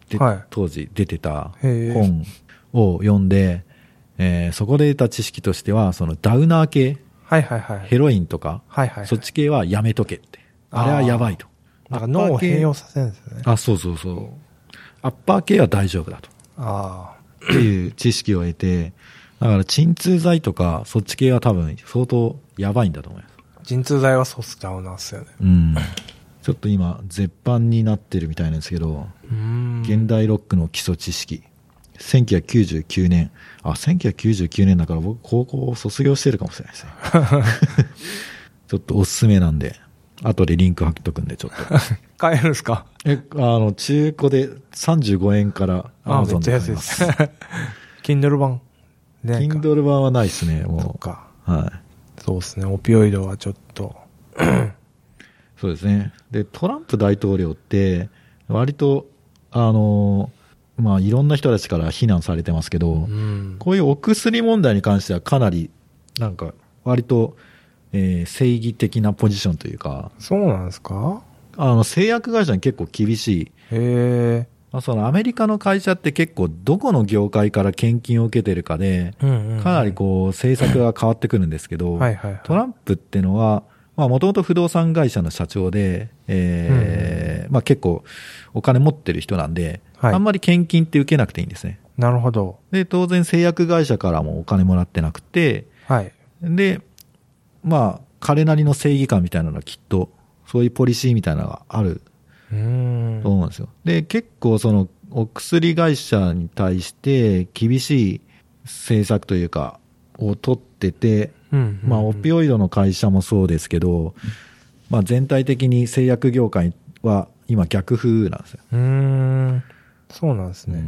Speaker 2: で、
Speaker 1: はい
Speaker 2: 当時出てた
Speaker 1: へえ
Speaker 2: 本を読んで、えーそこで得た知識としては、そのダウナー系、
Speaker 1: はいはいはい。
Speaker 2: ヘロインとか、
Speaker 1: はいはいはい。
Speaker 2: そっち系はやめとけって。
Speaker 1: あー
Speaker 2: あれはやばいと。
Speaker 1: なんか脳を
Speaker 2: アッパー系
Speaker 1: 変容させるんですよね。
Speaker 2: あ、そうそうそう。アッパー系は大丈夫だと。
Speaker 1: ああ。
Speaker 2: っていう知識を得て、だから鎮痛剤とか、そっち系は多分相当やばいんだと思います。
Speaker 1: 鎮痛剤はそうっすちゃうなんすよね。
Speaker 2: うん。ちょっと今、絶版になってるみたいなんですけど、
Speaker 1: うん
Speaker 2: 現代ロックの基礎知識。1999年。あ、1999年だから僕高校を卒業してるかもしれないですね。 ちょっとおすすめなんで、後でリンク貼っとくんで、ちょっと。
Speaker 1: 買えるんすか
Speaker 2: え、あの、中古で35円から
Speaker 1: あ、め
Speaker 2: Amazon
Speaker 1: っちゃ安
Speaker 2: で買
Speaker 1: い
Speaker 2: い
Speaker 1: で
Speaker 2: ますす。。
Speaker 1: Kindle 版。ね
Speaker 2: Kindle 版はないですね、
Speaker 1: そ
Speaker 2: も
Speaker 1: っか。
Speaker 2: う。はい。
Speaker 1: そうですね。オピオイドはちょっと。
Speaker 2: そうですね。で、トランプ大統領って、割と、あの、まあ、いろんな人たちから非難されてますけど、
Speaker 1: ん
Speaker 2: こういうお薬問題に関してはかなり、なんか、割と、えー正義的なポジションというか、
Speaker 1: そうなんですか
Speaker 2: あの、製薬会社に結構厳しい。
Speaker 1: へ
Speaker 2: まあ、そのアメリカの会社って結構どこの業界から献金を受けてるかで、
Speaker 1: え。うん
Speaker 2: かなりこう政策が変わってくるんですけど、
Speaker 1: はいはいはい
Speaker 2: トランプってのは、まあもともと不動産会社の社長で、えーまあ結構お金持ってる人なんで、
Speaker 1: はい
Speaker 2: あんまり献金って受けなくていいんですね。
Speaker 1: なるほど。
Speaker 2: で、当然製薬会社からもお金もらってなくて、
Speaker 1: はい。
Speaker 2: で、まあ彼なりの正義感みたいなのはきっと、そういうポリシーみたいなのがある
Speaker 1: うーん
Speaker 2: と。思うんですよ。で、結構その、お薬会社に対して厳しい政策というか、を取ってて、
Speaker 1: うん
Speaker 2: まあ、オピオイドの会社もそうですけど、まあ、全体的に製薬業界は今逆風なんですよ。
Speaker 1: うーん。そうなんですね。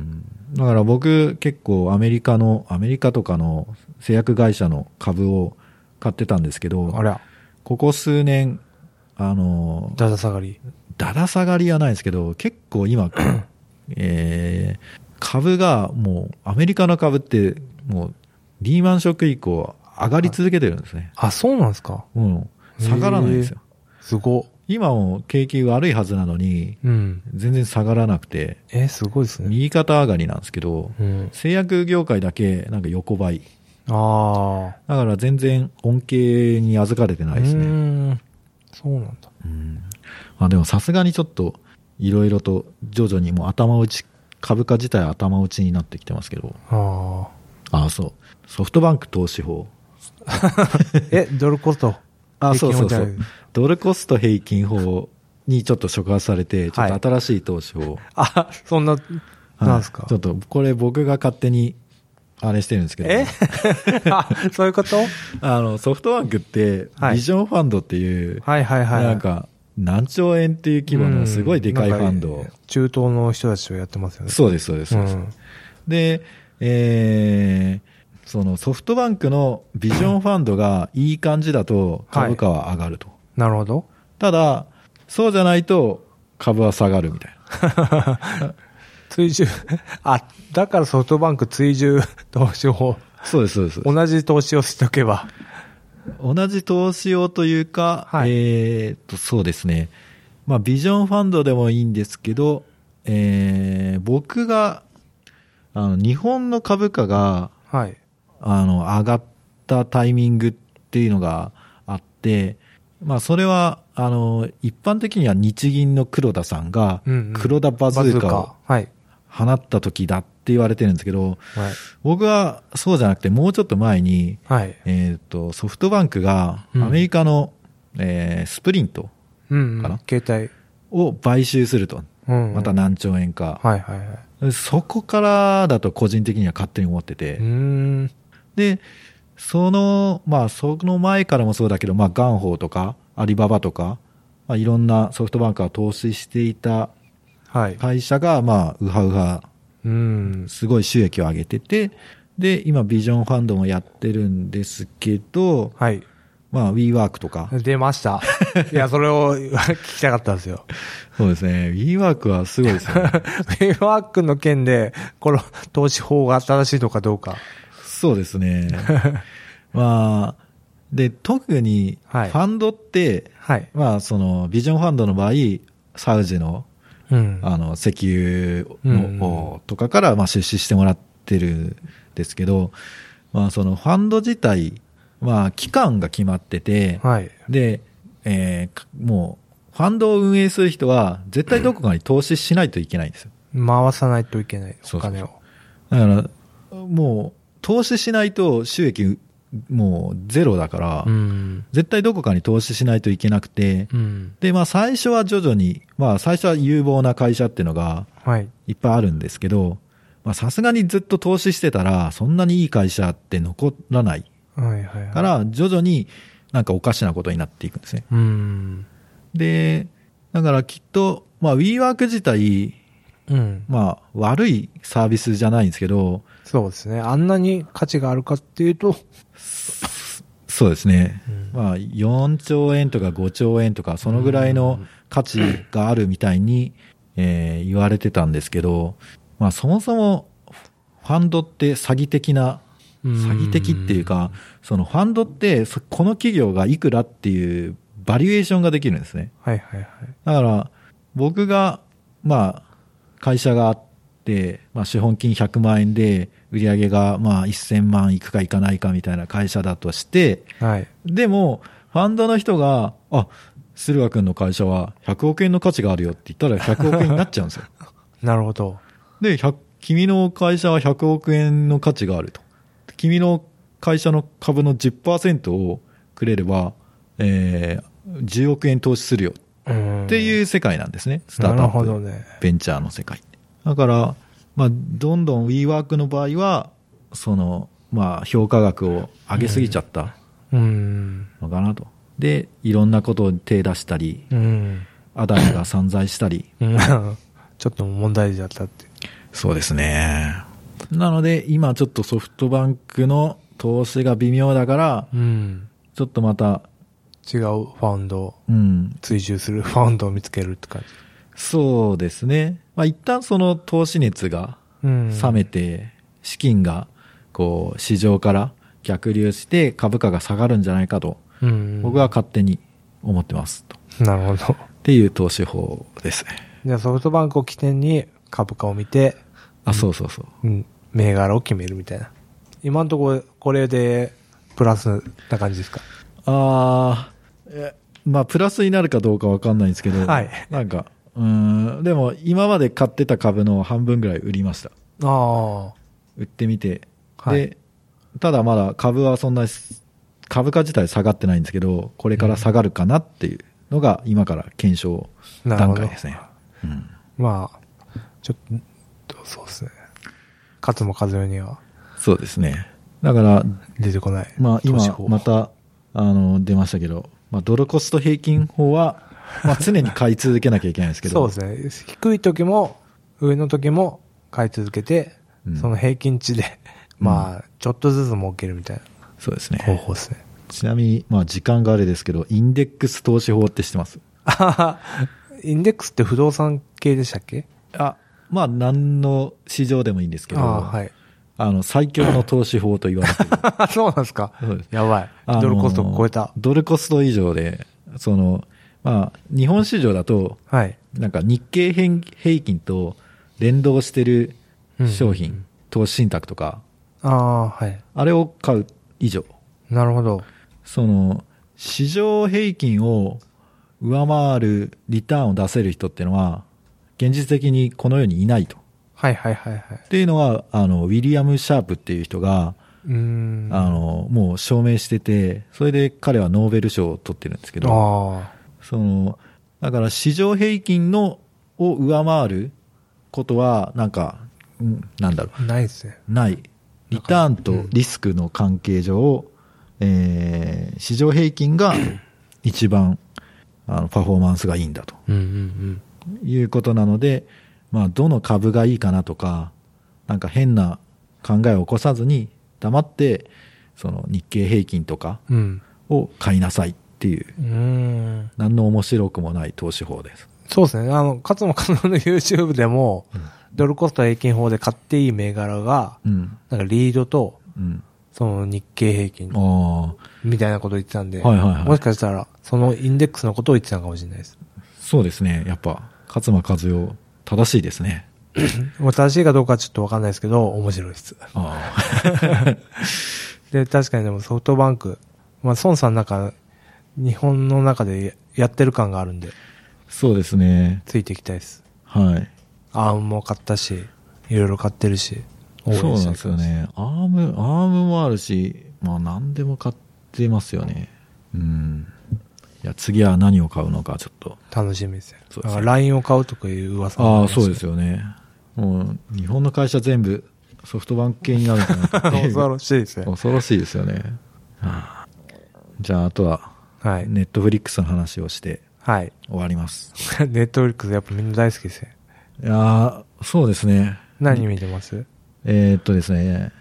Speaker 2: だから僕結構アメリカの、アメリカとかの製薬会社の株を買ってたんですけ
Speaker 1: あ
Speaker 2: ど、
Speaker 1: りゃ、
Speaker 2: ここ数年、あの、
Speaker 1: だだ下がり。
Speaker 2: だだ下がりはないですけど、結 構今、えー株がもう、アメリカの株って、もう、リーマンショック以降、上がり続けてるんですね。
Speaker 1: あ、そうなんですか
Speaker 2: もう、下がらないんですよ。
Speaker 1: すご。
Speaker 2: 今も景気悪いはずなのに、
Speaker 1: うん。
Speaker 2: 全然下がらなくて、
Speaker 1: えー、すごいですね。
Speaker 2: 右肩上がりなんですけど、
Speaker 1: うん。
Speaker 2: 製薬業界だけ、なんか横ばい。
Speaker 1: あ
Speaker 2: だから全然恩恵に預かれて
Speaker 1: あ。
Speaker 2: ないです
Speaker 1: うー
Speaker 2: ね。
Speaker 1: ん。そうなんだ。
Speaker 2: うんまあでもさすがにちょっと、いろいろと徐々にもう頭打ち、株価自体頭打ちになってきてますけど。
Speaker 1: あ
Speaker 2: ああ、そう。ソフトバンク投資法。
Speaker 1: あ。 え、ドルコスト。
Speaker 2: ああ、そうそう
Speaker 1: 平
Speaker 2: そ
Speaker 1: 均を
Speaker 2: う。ドルコスト平均法にちょっと触発されて、ちょ
Speaker 1: はい
Speaker 2: っと新しい投資法。
Speaker 1: あ、そんな、なんですか
Speaker 2: はいちょっと、これ僕が勝手に、あれしてるんですけど、
Speaker 1: え あそういうこと
Speaker 2: あの、ソフトバンクって、
Speaker 1: はい
Speaker 2: ビジョンファンドっていう、
Speaker 1: はいはいはい。
Speaker 2: なんか、何兆円っていう規模のすごいでかいファンド
Speaker 1: うん
Speaker 2: を
Speaker 1: なんか中東の人たちをやってますよね。
Speaker 2: そうです、そうです、そうです。
Speaker 1: うん
Speaker 2: で、えーそのソフトバンクのビジョンファンドがいい感じだと
Speaker 1: はい
Speaker 2: 株価は上がると。
Speaker 1: なるほど。
Speaker 2: ただ、そうじゃないと株は下がるみたいな。
Speaker 1: 追従、あ、だからソフトバンク追従投資法、
Speaker 2: そうです、そうです。
Speaker 1: 同じ投資をしとけば。
Speaker 2: 同じ投資をというか、
Speaker 1: はい
Speaker 2: えーっと、そうですね。まあ、ビジョンファンドでもいいんですけど、えー僕が、あの、日本の株価が、
Speaker 1: はい。
Speaker 2: あの、上がったタイミングっていうのがあって、まあ、それは、あの、一般的には日銀の黒田さんが
Speaker 1: うんうん、
Speaker 2: 黒田バズーカを
Speaker 1: はい。
Speaker 2: 放った時だって言われてるんですけど、
Speaker 1: はい。
Speaker 2: 僕はそうじゃなくて、もうちょっと前に、
Speaker 1: はい。
Speaker 2: えーっと、ソフトバンクが、
Speaker 1: う
Speaker 2: ア
Speaker 1: ん
Speaker 2: メリカの、えースプリント
Speaker 1: うん、うん。
Speaker 2: かな
Speaker 1: 携
Speaker 2: を買収すると。
Speaker 1: 帯。うん、うん。
Speaker 2: また何兆円か。
Speaker 1: はいはいはい。
Speaker 2: そこからだと個人的には勝手に思ってて。
Speaker 1: うーん。
Speaker 2: で、その、まあ、その前からもそうだけど、まあ、ガンホーとか、アリババとか、まあ、いろんなソフトバンクが投資していた
Speaker 1: はい。
Speaker 2: 会社が、まあ、ウハウハ、
Speaker 1: うん。
Speaker 2: すごい収益を上げてて、で、今、ビジョンファンドもやってるんですけど、
Speaker 1: はい。
Speaker 2: まあ、WeWork とか、
Speaker 1: 出ま した。いや、それを聞きたかったんですよ。
Speaker 2: そうですね。WeWork はすごいですよ
Speaker 1: フ
Speaker 2: ね。
Speaker 1: ェイワークの件で、この投資法が正しいのかどうか。
Speaker 2: そうで すね。まあ、で、特に、フ
Speaker 1: はい
Speaker 2: ァンドって、
Speaker 1: はい。
Speaker 2: まあ、その、ビジョンファンドの場合、サウジの、
Speaker 1: うん。
Speaker 2: あの、石油
Speaker 1: うん
Speaker 2: の、とかから、まあ、出資してもらってるんですけど、まあ、その、ファンド自体、まあ、期間が決まってて、
Speaker 1: はい。
Speaker 2: で、えーかもう、ファンドを運営する人は、絶対どこかに投資しないといけないんですよ。
Speaker 1: 回さないといけない、
Speaker 2: そ
Speaker 1: お
Speaker 2: うそうそう
Speaker 1: 金を。
Speaker 2: だから、もう、投資しないと収益、もうゼロだから、
Speaker 1: うん。
Speaker 2: 絶対どこかに投資しないといけなくて、
Speaker 1: うん。
Speaker 2: で、まあ最初は徐々に、まあ最初は有望な会社っていうのが
Speaker 1: はい。
Speaker 2: いっぱいあるんですけど、まあさすがにずっと投資してたら、そんなにいい会社って残らない
Speaker 1: はいはいはい。
Speaker 2: から、徐々になんかおかしなことになっていくんですね。
Speaker 1: うん。
Speaker 2: で、だからきっと、まあ WeWork 自体、
Speaker 1: うん。
Speaker 2: まあ悪いサービスじゃないんですけど、
Speaker 1: そうですね。あんなに価値があるかっていうと、
Speaker 2: そうですね。
Speaker 1: うん
Speaker 2: まあ4兆円とか5兆円とか、そのぐらいの価値があるみたいに、えー言われてたんですけど、まあそもそもファンドって詐欺的な、詐欺的っていうか、そのファンドってそこの企業がいくらっていうバリュエーションができるんですね。
Speaker 1: はいはいはい。
Speaker 2: だから、僕が、まあ、会社があって、まあ、資本金100万円で、売り上げが、まあ、1000万いくかいかないかみたいな会社だとして、
Speaker 1: はい。
Speaker 2: でも、ファンドの人が、あ、駿河君の会社は100億円の価値があるよって言ったら100億円になっちゃうんです よ。
Speaker 1: なるほど。
Speaker 2: で、100君の会社は100億円の価値があると。君の会社の株の10%をくれれば、えー10億円投資するよ
Speaker 1: うん。
Speaker 2: って
Speaker 1: う
Speaker 2: い
Speaker 1: ん、
Speaker 2: う世界なんですね。ス
Speaker 1: な
Speaker 2: ター
Speaker 1: る
Speaker 2: トアッ
Speaker 1: ほ
Speaker 2: プ、
Speaker 1: どね。
Speaker 2: ベンチャーの世界。だから、まあ、どんどん WeWork の場合は、その、まあ、評価額を上げすぎちゃった
Speaker 1: うん。
Speaker 2: のかなと。で、いろんなことに手出したり、
Speaker 1: うん。
Speaker 2: アダニが散財したり。
Speaker 1: うんちょっと問題児だったって。
Speaker 2: そうですね。なので、今ちょっとソフトバンクの投資が微妙だから、
Speaker 1: うん。
Speaker 2: ちょっとまた、
Speaker 1: 違うファウンドを
Speaker 2: うん、
Speaker 1: 追従するファウンドを見つけるって感じ。
Speaker 2: そうですね。まあ、一旦その投資熱が
Speaker 1: うん。
Speaker 2: 冷めて、資金が、こう、市場から逆流して株価が下がるんじゃないかと、
Speaker 1: うん。
Speaker 2: 僕は。勝手に思ってます。と
Speaker 1: なるほど。
Speaker 2: っていう投資法ですね。
Speaker 1: じゃあソフトバンクを起点に株価を見て、
Speaker 2: あ、そうそうそう。
Speaker 1: うん、銘柄を決めるみたいな。今のところ、これで、プラスな感じですか。
Speaker 2: あーえまあ、プラスになるかどうかわかんないんですけど、
Speaker 1: はい
Speaker 2: なんか、うーん、でも今まで買ってた株の半分ぐらい売りました。
Speaker 1: あ
Speaker 2: 売ってみて。
Speaker 1: はい
Speaker 2: で、ただまだ株はそんな、株価自体下がってないんですけど、これから下がるかなっていうのが今から検証
Speaker 1: あ、なる
Speaker 2: 段
Speaker 1: ほど。
Speaker 2: 階ですね。うん
Speaker 1: まあ、ちょっと、そうですね。勝つも数よには
Speaker 2: そうですね。だから、
Speaker 1: 出てこない。
Speaker 2: まあ今
Speaker 1: 投資法、
Speaker 2: また、あの、出ましたけど、まあ、ドルコスト平均法は、まあ、常に買い続けなきゃいけないんですけど。
Speaker 1: そうですね。低い時も、上の時も買い続けて、
Speaker 2: うん
Speaker 1: その平均値で、まあ、ちょっとずつ儲けるみたい
Speaker 2: そうですね
Speaker 1: な。方法ですね。
Speaker 2: ちなみに、まあ時間があれですけど、インデックス投資法って知ってます
Speaker 1: あはは インデックスって不動産系でしたっけ
Speaker 2: あ、まあ何の市場でもいいんですけど、
Speaker 1: ああー、はい。
Speaker 2: あの、最強の投資法と言 われてる。
Speaker 1: あそうなんですか。
Speaker 2: そうです
Speaker 1: やばい
Speaker 2: あ。の
Speaker 1: ドルコストを超えた。
Speaker 2: ドルコスト以上で、その、まあ、日本市場だと、
Speaker 1: はい。
Speaker 2: なんか日経平平均と連動してる商品、
Speaker 1: うん
Speaker 2: 投資信託とか、
Speaker 1: ああ、はい。
Speaker 2: あれを買う以上、
Speaker 1: なるほど。
Speaker 2: その、市場平均を上回るリターンを出せる人っていうのは、現実的にこの世にいないと。
Speaker 1: はいはいはいはい。
Speaker 2: っていうのは、あの、ウィリアム・シャープっていう人が、
Speaker 1: うーん。
Speaker 2: あの、もう証明してて、それで彼はノーベル賞を取ってるんですけど、
Speaker 1: あ
Speaker 2: その、だから市場平均の、を上回ることは、なんか、うんなんだろ
Speaker 1: あ、ないですね。
Speaker 2: う、ない。リターンとリスクの関係上、えー市場平均が一番、あの、パフォーマンスがいいんだと
Speaker 1: うんうん
Speaker 2: いうことなので、まあ、どの株がいいかなとか、なんか変な考えを起こさずに、黙って、その日経平均とか
Speaker 1: うん。
Speaker 2: を買いなさいっていう、
Speaker 1: うん。うーん。
Speaker 2: 何の面白くもない投資法です。
Speaker 1: そうですね。あの、勝も勝の YouTube でも、ドルコスト平均法で買っていい銘柄が、
Speaker 2: うん。
Speaker 1: なんかリードと、
Speaker 2: うん。
Speaker 1: その日経平均
Speaker 2: ああ、
Speaker 1: みたいなこと言ってたんで、
Speaker 2: はいはいはい
Speaker 1: もしかしたら、そのインデックスのことを言ってたのかもしれない です。
Speaker 2: そうですね。やっぱ、勝間和代、正しいですね。
Speaker 1: もう正しいかどうかはちょっとわかんないですけど、面白いです。
Speaker 2: あ
Speaker 1: で、確かにでもソフトバンク、まあ、孫さんなんか、日本の中でやってる感があるんで、
Speaker 2: あ、そうですね。
Speaker 1: ついていきたいです。
Speaker 2: はい。
Speaker 1: アームも買ったし、いろいろ買ってるし。応援
Speaker 2: そう
Speaker 1: し
Speaker 2: なん
Speaker 1: た
Speaker 2: で
Speaker 1: い
Speaker 2: すよね。アーム、アームもあるし、まあ何でも買ってますよね。うん。いや、次は何を買うのか、ちょっと。
Speaker 1: 楽しみですね
Speaker 2: そうです
Speaker 1: だ
Speaker 2: ね
Speaker 1: から LINE を買うとかいう噂も
Speaker 2: あ
Speaker 1: り
Speaker 2: あ、
Speaker 1: ました
Speaker 2: そうですよね。もう、日本の会社全部ソフトバンク系になるんじゃないかって いう。
Speaker 1: 恐ろしいですね
Speaker 2: 恐ろしいですよね。はあじゃあ、あとは、
Speaker 1: はい、
Speaker 2: ネットフリックスの話をして
Speaker 1: はい、
Speaker 2: 終わります。
Speaker 1: ネットフリックスやっぱみんな大好きですね
Speaker 2: いやーそうですね。
Speaker 1: 何見てます
Speaker 2: えーっとですね、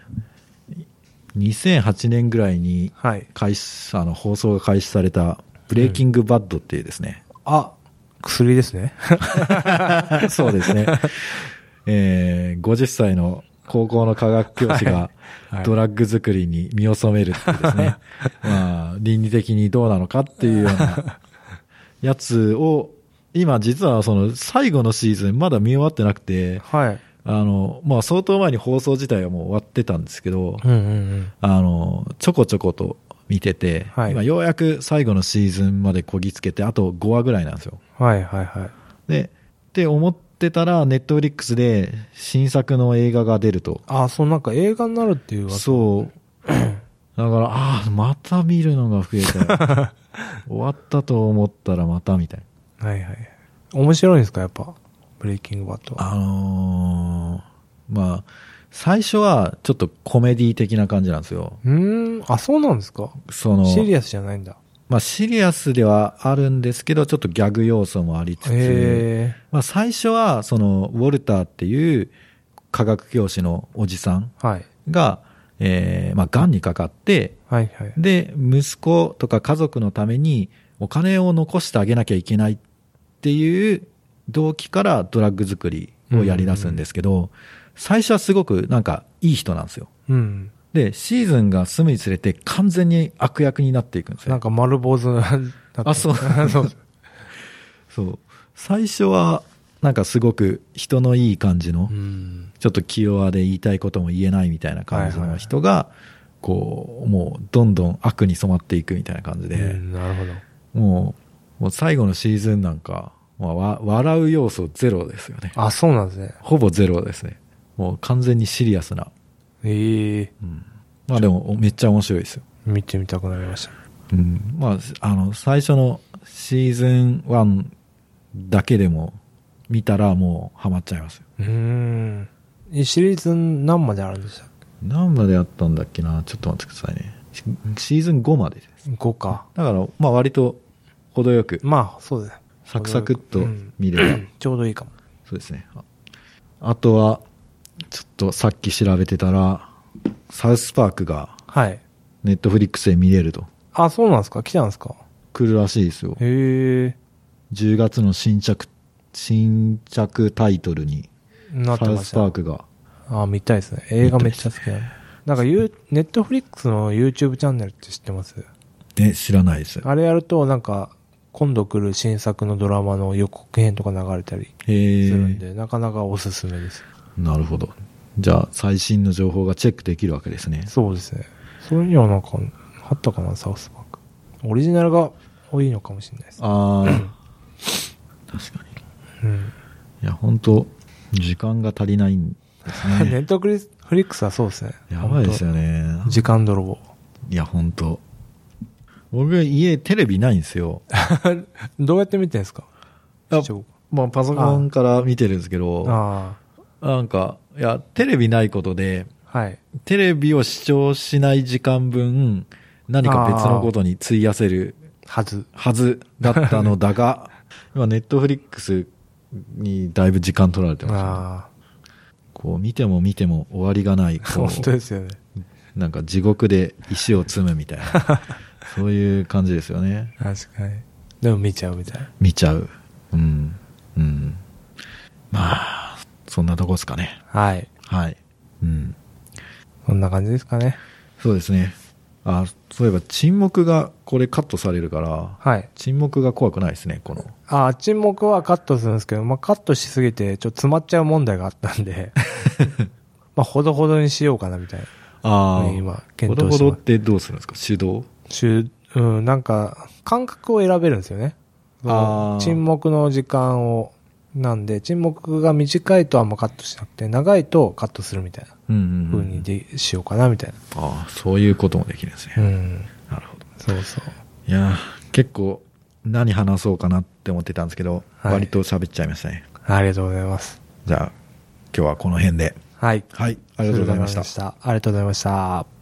Speaker 2: 2008年ぐらいに
Speaker 1: はい
Speaker 2: 開始、あの、放送が開始された、ブレイキングバッドっていうですね。
Speaker 1: あ薬です ね
Speaker 2: そうで すね。えー、50歳の高校の科学教師が
Speaker 1: いはい
Speaker 2: ドラッグ作りに身を染めるっていうで すね。まあ、倫理的にどうなのかっていうよう なやつを、今実はその最後のシーズンまだ見終わってなくて、
Speaker 1: はい
Speaker 2: あの、まあ相当前に放送自体はもう終わってたんですけど、
Speaker 1: うんうんうん
Speaker 2: あの、ちょこちょこと見てて、
Speaker 1: はい
Speaker 2: 今ようやく最後のシーズンまでこぎつけて、あと5話ぐらいなんですよ。
Speaker 1: はいはいはい
Speaker 2: で、って思ってたら、ネットフリックスで新作の映画が出ると。
Speaker 1: あそうなんか映画になるっていう噂
Speaker 2: そう。だから、ああ、また見るのが増え たよ。終わったと思ったらまたみたいな。
Speaker 1: はいはい面白いんですかやっぱブレイキングバットは
Speaker 2: あのーまあ、最初はちょっとコメディ的な感じなんですよ。
Speaker 1: うーんあそうなんですか
Speaker 2: その、
Speaker 1: シリアスじゃないんだ
Speaker 2: まあシリアスではあるんですけど、ちょっとギャグ要素もありつつ、
Speaker 1: へえ
Speaker 2: まあ、最初はそのウォルターっていう科学教師のおじさん
Speaker 1: はい
Speaker 2: が、えーまあ、癌にかかって
Speaker 1: はいはい
Speaker 2: で息子とか家族のためにお金を残してあげなきゃいけないっていう動機からドラッグ作りをやり出すんですけど、最初はすごくなんかいい人なんですよ
Speaker 1: うん
Speaker 2: でシーズンが進むにつれて完全に悪役になっていくんです
Speaker 1: な
Speaker 2: よ
Speaker 1: んか丸坊主な
Speaker 2: あそう
Speaker 1: そう
Speaker 2: そう最初はなんかすごく人のいい感じの、
Speaker 1: うん
Speaker 2: ちょっと気弱で言いたいことも言えないみたいな感じの人が、こう、もうどんどん悪に染まっていくみたいな感じ
Speaker 1: う
Speaker 2: で、
Speaker 1: んなるほど
Speaker 2: もう、もう最後のシーズンなんか、まあ、わ笑う要素ゼロですよね。
Speaker 1: あそうなんですね
Speaker 2: ほぼゼロですね。もう完全にシリアスな。
Speaker 1: ええ
Speaker 2: うんまあでも、めっちゃ面白いですよ。
Speaker 1: 見てみたくなりました
Speaker 2: うんまあ、あの、最初のシーズン1だけでも見たらもうハマっちゃいますよ。
Speaker 1: うーんえシリーズン何まであるんでしたっ
Speaker 2: 何まであったんだっけなちょっと待ってくださいね。シシーズン5までです。
Speaker 1: け5か
Speaker 2: だから、まあ割と程よく、
Speaker 1: まあそうだね
Speaker 2: サクサクっと見れば、
Speaker 1: ちょうどいいかも
Speaker 2: そうですね。ああとは、ちょっとさっき調べてたら、サウスパークが
Speaker 1: はい
Speaker 2: ネットフリックスで見れると。
Speaker 1: あそうなんですか来たんですか
Speaker 2: 来るらしいですよ。
Speaker 1: へえ
Speaker 2: 10月の新着、新着タイトルに、
Speaker 1: なって
Speaker 2: サウ
Speaker 1: ま
Speaker 2: ス
Speaker 1: し
Speaker 2: パー
Speaker 1: た
Speaker 2: クが。
Speaker 1: あ見たいですね映画めっちゃ好きなのなんかユーネットフリックスの YouTube チャンネルって知ってます
Speaker 2: え、知らないです。
Speaker 1: あれやるとなんか今度来る新作のドラマの予告編とか流れたり
Speaker 2: へ
Speaker 1: す
Speaker 2: え
Speaker 1: るんで、なかなかおすすめです
Speaker 2: なるほど。じゃあ、最新の情報がチェックできるわけですね。
Speaker 1: そうですね。それにはなんか、あったかな、サウスパーク。オリジナルが多いのかもしれないです。
Speaker 2: ああ、確かに。
Speaker 1: うん。
Speaker 2: いや、本当時間が足りないんです
Speaker 1: ネ
Speaker 2: ね。
Speaker 1: ットフリフリックスはそうですね。
Speaker 2: やばいですよね。
Speaker 1: 本当時間泥棒。
Speaker 2: いや、本当僕、家、テレビないんですよ。
Speaker 1: どうやって見てんですか
Speaker 2: あ
Speaker 1: 視聴
Speaker 2: まあ、パソコンから見てるんですけど、
Speaker 1: あ
Speaker 2: なんか、いや、テレビないことで、
Speaker 1: あ。はい。
Speaker 2: テレビを視聴しない時間分、何か別のことに費やせる
Speaker 1: はず。
Speaker 2: はずだったのだが、今、ネットフリックスにだいぶ時間取られてます、ね。
Speaker 1: あ
Speaker 2: こう、見ても見ても終わりがない。
Speaker 1: あ。
Speaker 2: こう
Speaker 1: 本当ですよね。
Speaker 2: なんか地獄で石を積むみたい な。そういう感じですよね。
Speaker 1: 確かに。でも見ちゃうみたいな。
Speaker 2: 見ちゃう。うん。うん。まあ、そんなとこですかね。
Speaker 1: はい。
Speaker 2: はい。うん。
Speaker 1: そんな感じですかね。
Speaker 2: そうですね。あ、そういえば沈黙がこれカットされるから、
Speaker 1: はい。
Speaker 2: 沈黙が怖くないですね、この。
Speaker 1: ああ、沈黙はカットするんですけど、まあ、カットしすぎて、ちょっと詰まっちゃう問題があったん で、まあ、ほどほどにしようかな、みたいな。
Speaker 2: あ
Speaker 1: うん今
Speaker 2: ほ
Speaker 1: 検
Speaker 2: ど
Speaker 1: 討し
Speaker 2: ほ
Speaker 1: て
Speaker 2: ど
Speaker 1: ます
Speaker 2: ってどうするんですか手動
Speaker 1: 中、うん、なんか、感覚を選べるんですよね。その
Speaker 2: あー
Speaker 1: 沈黙の時間を、なんで、沈黙が短いとあんまカットしなくて、長いとカットするみたいな
Speaker 2: うんうんう
Speaker 1: 風
Speaker 2: ん
Speaker 1: にでしようかな、みたい
Speaker 2: ああ、そういうこともできるんですね。
Speaker 1: な。うん。
Speaker 2: なるほど。
Speaker 1: そうそう。
Speaker 2: いやー結構何話そうかなって思ってたんですけど、
Speaker 1: はい
Speaker 2: 割と喋っちゃいましたね。
Speaker 1: ありがとうございます。
Speaker 2: じゃあ、今日はこの辺で。
Speaker 1: はい。
Speaker 2: はい、ありがとうございました。
Speaker 1: ありがとうございました。ありがとうございました。